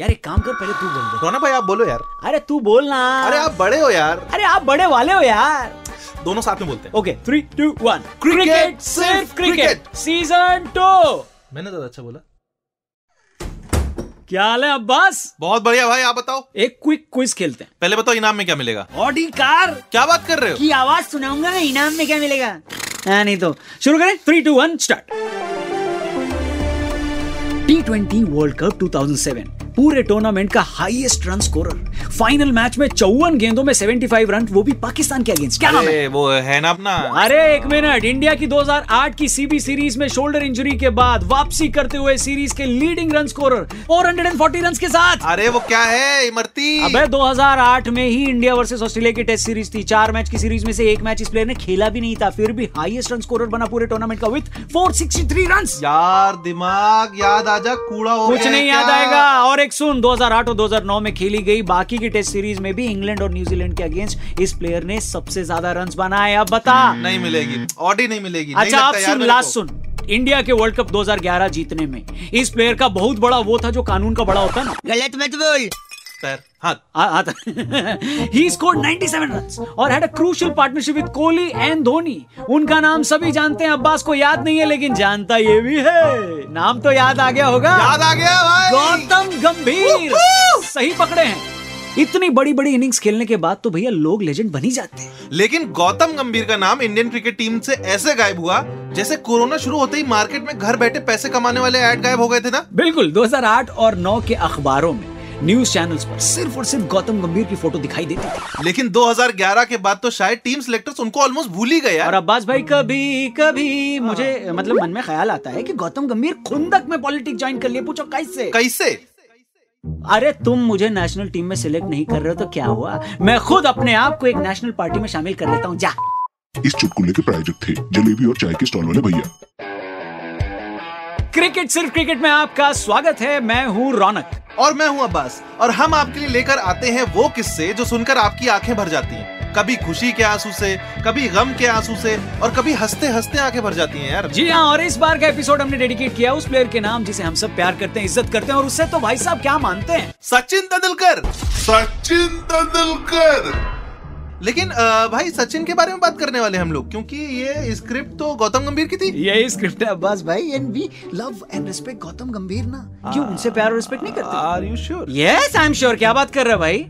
यार एक काम कर पहले तू बोल दे रोना भाई आप बोलो यार अरे तू बोल ना अरे आप बड़े हो यार अरे आप बड़े वाले हो यार दोनों साथ में बोलते हैं okay three two one cricket सिर्फ क्रिकेट सीजन टू मैंने ज्यादा अच्छा बोला क्या हाल है अब्बास बहुत बढ़िया भाई आप बताओ एक क्विक क्विज खेलते हैं पहले बताओ इनाम में क्या मिलेगा ऑडी कार क्या बात कर रहे हो की आवाज सुनाऊंगा ना इनाम में क्या मिलेगा हाँ नहीं तो शुरू करें three two one start T twenty world cup 2007 पूरे टूर्नामेंट का highest run scorer final match में चौवन गेंदों में 75 रन वो भी पाकिस्तान के अगेंस्ट क्या नाम है अरे वो है ना अपना अरे एक मिनट इंडिया की 2008 की सीबी सीरीज में शोल्डर इंजरी के बाद वापसी करते हुए सीरीज के लीडिंग रन स्कोरर 440 रन के साथ अरे वो क्या है इमरती अबे 2008 में ही इंडिया वर्सेस ऑस्ट्रेलिया की टेस्ट सीरीज थी चार मैच की सीरीज में से एक मैच इस प्लेयर ने खेला भी नहीं था फिर भी हाईएस्ट रन स्कोरर बना पूरे टूर्नामेंट का विथ 463 रन यार दिमाग याद आ जा कूड़ा हो कुछ गया नहीं है याद क्या? आएगा और एक सुन 2008 और 2009 में खेली गई बाकी की टेस्ट सीरीज में भी इंग्लैंड और न्यूजीलैंड के अगेंस्ट इस प्लेयर ने सबसे ज्यादा रन बनाए अब बता नहीं मिलेगी ऑडी नहीं मिलेगी नहीं अच्छा आप लगता यार सुन मेरे लास्ट को। सुन इंडिया के वर्ल्ड कप 2011 जीतने में इस प्लेयर का बहुत बड़ा वो था जो कानून का बड़ा होता है ना गलत मत बोल पैर हाँ, हाथ आ- आता ही स्कोर्ड 97 रन्स और had a crucial partnership with Kohli and Dhoni उनका नाम सभी जानते हैं अब्बास को याद नहीं है लेकिन जानता ये भी है नाम तो याद आ गया होगा याद आ गया भाई गौतम गंभीर सही पकड़े हैं इतनी बड़ी बड़ी इनिंग्स खेलने के बाद तो भैया लोग लेजेंड बन ही जाते हैं लेकिन गौतम गंभीर का नाम इंडियन क्रिकेट टीम से ऐसे गायब हुआ जैसे कोरोना शुरू होते ही मार्केट में घर बैठे पैसे कमाने वाले ऐड गायब हो गए थे ना बिल्कुल 2008 और 9 के अखबारों में न्यूज चैनल्स पर सिर्फ और सिर्फ गौतम गंभीर की फोटो दिखाई देती थी लेकिन 2011 के बाद तो शायद टीम सिलेक्टर्स उनको ऑलमोस्ट भूल ही गए और यार अब्बास भाई कभी कभी मुझे मतलब मन में ख्याल आता है कि गौतम गंभीर खुंदक में पॉलिटिक्स ज्वाइन कर लिए पूछो कैसे कैसे अरे तुम मुझे नेशनल टीम में सिलेक्ट नहीं कर रहे हो तो क्या हुआ मैं खुद अपने आप को एक नेशनल पार्टी में शामिल कर लेता हूँ जा इस चुटकुले के प्रायोजक थे जलेबी और चाय के स्टॉल वाले भैया क्रिकेट सिर्फ क्रिकेट में आपका स्वागत है मैं हूँ रौनक और मैं हूं अब्बास और हम आपके लिए लेकर आते हैं वो किस्से जो सुनकर आपकी आंखें भर जाती हैं कभी खुशी के आंसू से कभी गम के आंसू से और कभी हंसते हंसते आंखें भर जाती हैं यार जी हाँ और इस बार का एपिसोड हमने डेडिकेट किया उस प्लेयर के नाम जिसे हम सब प्यार करते हैं इज्जत करते हैं और उससे तो भाई साहब क्या मानते हैं सचिन तेंदुलकर सचिन तेंदुलकर लेकिन अ, भाई सचिन के बारे में बात करने वाले हम लोग क्योंकि ये स्क्रिप्ट तो गौतम गंभीर की थी यही स्क्रिप्ट है अब्बास भाई and we love and respect Gautam Gambhir ना क्यों उनसे प्यार और रिस्पेक्ट नहीं करते are you sure yes I am sure क्या बात कर रहा है भाई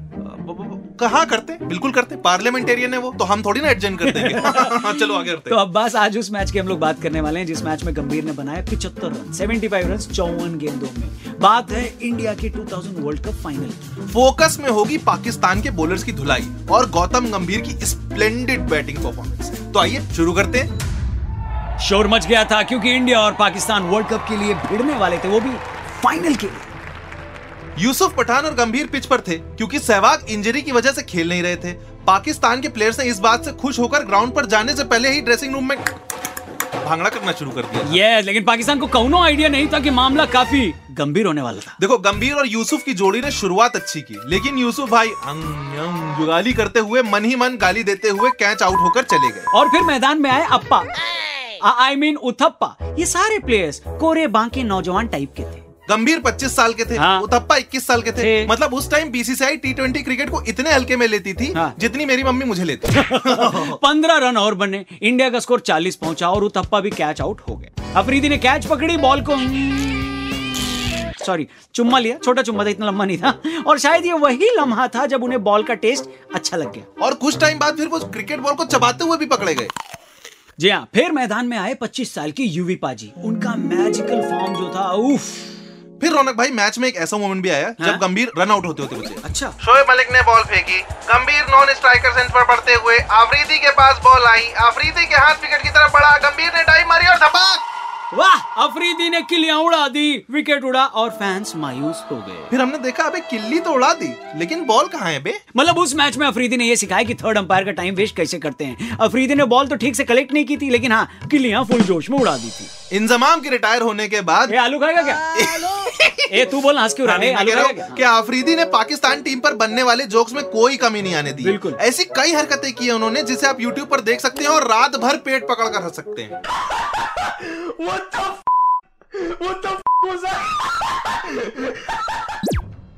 कहाँ करते बिल्कुल करते पार्लियामेंटेरियन है वो तो हम थोड़ी ना एडजस्ट कर देंगे हाँ, चलो आगे करते तो अब्बास आज उस मैच की हम लोग बात करने वाले हैं जिस मैच में गंभीर ने बनाया पिछहत्तर रन 75 रन चौवन गेंदों में बात है इंडिया के 2000 वर्ल्ड कप फाइनल की फोकस में होगी पाकिस्तान के बॉलर्स की धुलाई और गौतम गंभीर की स्प्लेंडेड बैटिंग परफॉर्मेंस तो आइए शुरू करते हैं शोर मच गया था क्योंकि इंडिया और पाकिस्तान वर्ल्ड कप के लिए भिड़ने वाले थे वो भी फाइनल के लिए यूसुफ पठान और गंभीर पिच पर थे क्योंकि सहवाग इंजरी की वजह से खेल नहीं रहे थे पाकिस्तान के प्लेयर्स ने इस बात से खुश होकर ग्राउंड पर जाने से पहले ही ड्रेसिंग रूम में भांगड़ा करना शुरू कर दिया यस लेकिन पाकिस्तान को कोनो आइडिया नहीं था कि मामला काफी गंभीर होने वाला था देखो गंभीर और यूसुफ की जोड़ी ने शुरुआत अच्छी की लेकिन यूसुफ भाई अंग यंग जुगाली करते हुए मन ही मन गाली देते हुए कैच आउट होकर चले गए और फिर मैदान में आए अप्पा आई मीन उथप्पा ये सारे प्लेयर्स कोरे बांके नौजवान टाइप के थे गंभीर 25 साल के थे हाँ। उथप्पा 21 साल के थे थे। मतलब उस time BCCI T twenty cricket को इतने हल्के में लेती थी हाँ। जितनी मेरी मम्मी मुझे लेती थी। पंद्रह रन और बने इंडिया का स्कोर चालीस पहुंचा और उथप्पा भी कैच आउट हो गए अफरीदी ने कैच पकड़ी बॉल को सॉरी चुम्मा लिया छोटा चुम्मा था इतना लंबा नहीं था और शायद ये वही लम्हा था जब उन्हें बॉल का टेस्ट अच्छा लग गया और कुछ टाइम बाद फिर वो क्रिकेट बॉल को चबाते हुए भी पकड़े गए जी हाँ फिर मैदान में आए 25 साल की यूवी पाजी उनका मैजिकल फॉर्म जो था उफ फिर रौनक भाई मैच में एक ऐसा मोमेंट भी आया हाँ। जब गंभीर रन आउट होते होते बचे अच्छा शोएब मलिक ने बॉल फेंकी गंभीर नॉन स्ट्राइकर सेंटर पर पड़ते हुए आफरीदी के पास बॉल आई आफरीदी के हाथ विकेट की तरफ बढ़ा गंभीर ने डाई मारी और धपाक वाह अफरीदी ने किलियां उड़ा दी विकेट उड़ा और फैंस मायूस हो गए फिर हमने देखा अबे किल्ली तो उड़ा दी लेकिन बॉल कहाँ है बे मतलब उस मैच में अफरीदी ने यह सिखाया कि थर्ड अंपायर का टाइम वेस्ट कैसे करते हैं अफरीदी ने बॉल तो ठीक से कलेक्ट नहीं की थी लेकिन हाँ किलियां फुल जोश में उड़ा दी थी इंजमाम के रिटायर होने के बाद ए आलू खाएगा क्या ए तू बोल हंस क्यों रहा है मैं आलू कह रहा खाएगा हूं कि क्या आफरीदी ने पाकिस्तान टीम पर बनने वाले जोक्स में कोई कमी नहीं आने दी बिल्कुल। ऐसी कई हरकतें की हैं उन्होंने जिसे आप YouTube पर देख सकते हैं और रात भर पेट पकड़ कर हंस सकते हैं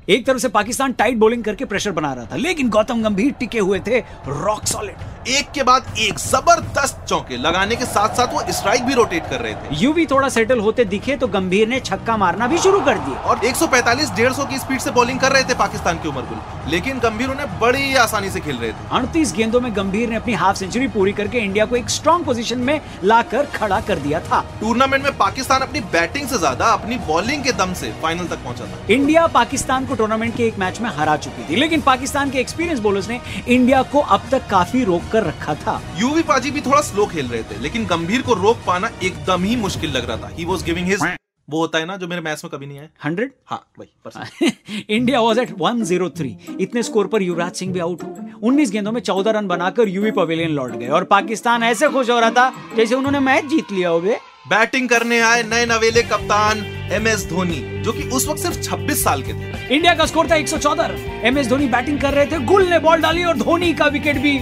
एक तरफ से पाकिस्तान टाइट बॉलिंग करके प्रेशर बना रहा था लेकिन गौतम गंभीर टिके हुए थे रॉक सॉलिड एक के बाद एक जबरदस्त चौके लगाने के साथ साथ वो स्ट्राइक भी रोटेट कर रहे थे यूवी थोड़ा सेटल होते दिखे तो गंभीर ने छक्का मारना भी शुरू कर दिया और 145 150 की स्पीड से बॉलिंग कर रहे थे पाकिस्तान के उमर गुल लेकिन गंभीर उन्हें बड़ी आसानी से खेल रहे थे अड़तीस गेंदों में गंभीर ने अपनी हाफ सेंचुरी पूरी करके इंडिया को एक स्ट्रांग पोजीशन में लाकर खड़ा कर दिया था टूर्नामेंट में पाकिस्तान अपनी बैटिंग से ज्यादा अपनी बॉलिंग के दम से फाइनल तक पहुंचा था इंडिया पाकिस्तान को टूर्नामेंट के एक मैच में हरा चुकी थी लेकिन पाकिस्तान के एक्सपीरियंस बॉलर्स ने इंडिया को अब तक काफी रोक कर रखा था यूवी पाजी भी थोड़ा स्लो खेल रहे थे लेकिन गंभीर को रोक पाना एकदम ही मुश्किल लग रहा था ही वॉज गिविंग हिज वो होता है ना जो मेरे मैच में कभी नहीं आया हंड्रेड हाँ भाई परसेंट। इंडिया वॉज एट 103 इतने स्कोर पर युवराज सिंह भी आउट हो गए 19 गेंदों में 14 रन बनाकर यूवी पवेलियन लौट गए और पाकिस्तान ऐसे खुश हो रहा था जैसे उन्होंने मैच जीत लिया हो गए बैटिंग करने आए नए नवेले कप्तान एम एस धोनी जो कि उस वक्त सिर्फ 26 साल के थे इंडिया का स्कोर था 114 एम एस धोनी बैटिंग कर रहे थे गुल ने बॉल डाली और धोनी का विकेट भी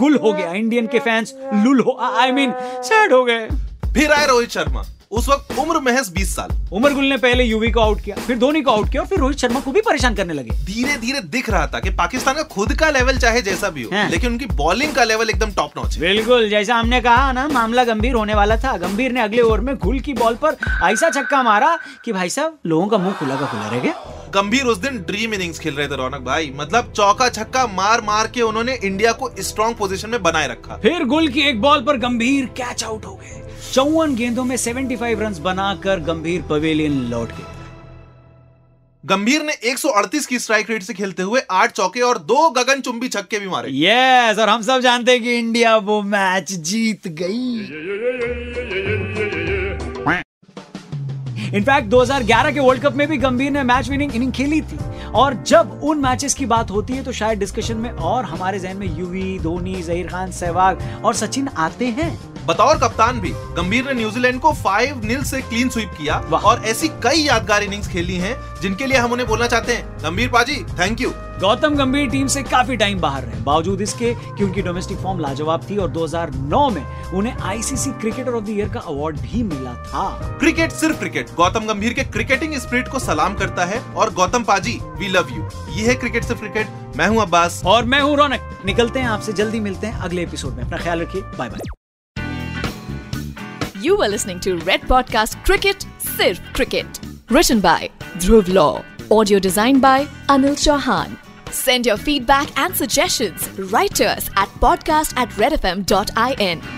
गुल हो गया इंडियन के फैंस लुल हो आई मीन सैड हो गए फिर आए रोहित शर्मा उस वक्त उम्र महज 20 साल उमर गुल ने पहले यूवी को आउट किया फिर धोनी को आउट किया और फिर रोहित शर्मा को भी परेशान करने लगे धीरे धीरे दिख रहा था कि पाकिस्तान का खुद का लेवल चाहे जैसा भी हो हाँ। लेकिन उनकी बॉलिंग का लेवल एकदम टॉप नॉच है बिल्कुल जैसा हमने कहा ना मामला गंभीर होने वाला था गंभीर ने अगले ओवर में गुल की बॉल पर ऐसा छक्का मारा कि भाई साहब लोगों का मुंह खुला का खुला रह गया गंभीर उस दिन ड्रीम इनिंग्स खेल रहे थे रौनक भाई मतलब चौका छक्का मार मार के उन्होंने इंडिया को स्ट्रांग पोजीशन में बनाए रखा फिर गुल की एक बॉल पर गंभीर कैच आउट हो गए चौवन गेंदों में 75 रन बनाकर गंभीर पवेलियन लौट गए गंभीर ने 138 की स्ट्राइक रेट से खेलते हुए आठ चौके और दो गगनचुंबी छक्के भी मारे यस और हम सब जानते हैं कि इंडिया वो मैच जीत गई इनफैक्ट 2011 के वर्ल्ड कप में भी गंभीर ने मैच विनिंग इनिंग खेली थी और जब उन मैचेस की बात होती है तो शायद डिस्कशन में और हमारे जहन में यूवी धोनी जहीर खान सहवाग और सचिन आते हैं बतौर कप्तान भी गंभीर ने न्यूजीलैंड को फाइव नील से क्लीन स्वीप किया वाह। और ऐसी कई यादगार इनिंग्स खेली हैं जिनके लिए हम उन्हें बोलना चाहते हैं गंभीर पाजी थैंक यू गौतम गंभीर टीम से काफी टाइम बाहर रहे बावजूद इसके कि उनकी डोमेस्टिक फॉर्म लाजवाब थी और 2009 में उन्हें ICC cricketer of the year का अवार्ड भी मिला था क्रिकेट सिर्फ क्रिकेट गौतम गंभीर के क्रिकेटिंग स्पिरिट को सलाम करता है और Gautam paaji we love you ये है क्रिकेट सिर्फ क्रिकेट मैं हूँ अब्बास और मैं हूं रौनक निकलते हैं आपसे जल्दी मिलते हैं अगले एपिसोड में अपना ख्याल रखिए bye bye You were listening to Red Podcast Cricket, Sirf Cricket. Written by Dhruv Law. Audio designed by Anil Chauhan. Send your feedback and suggestions right to us at podcast at redfm.in.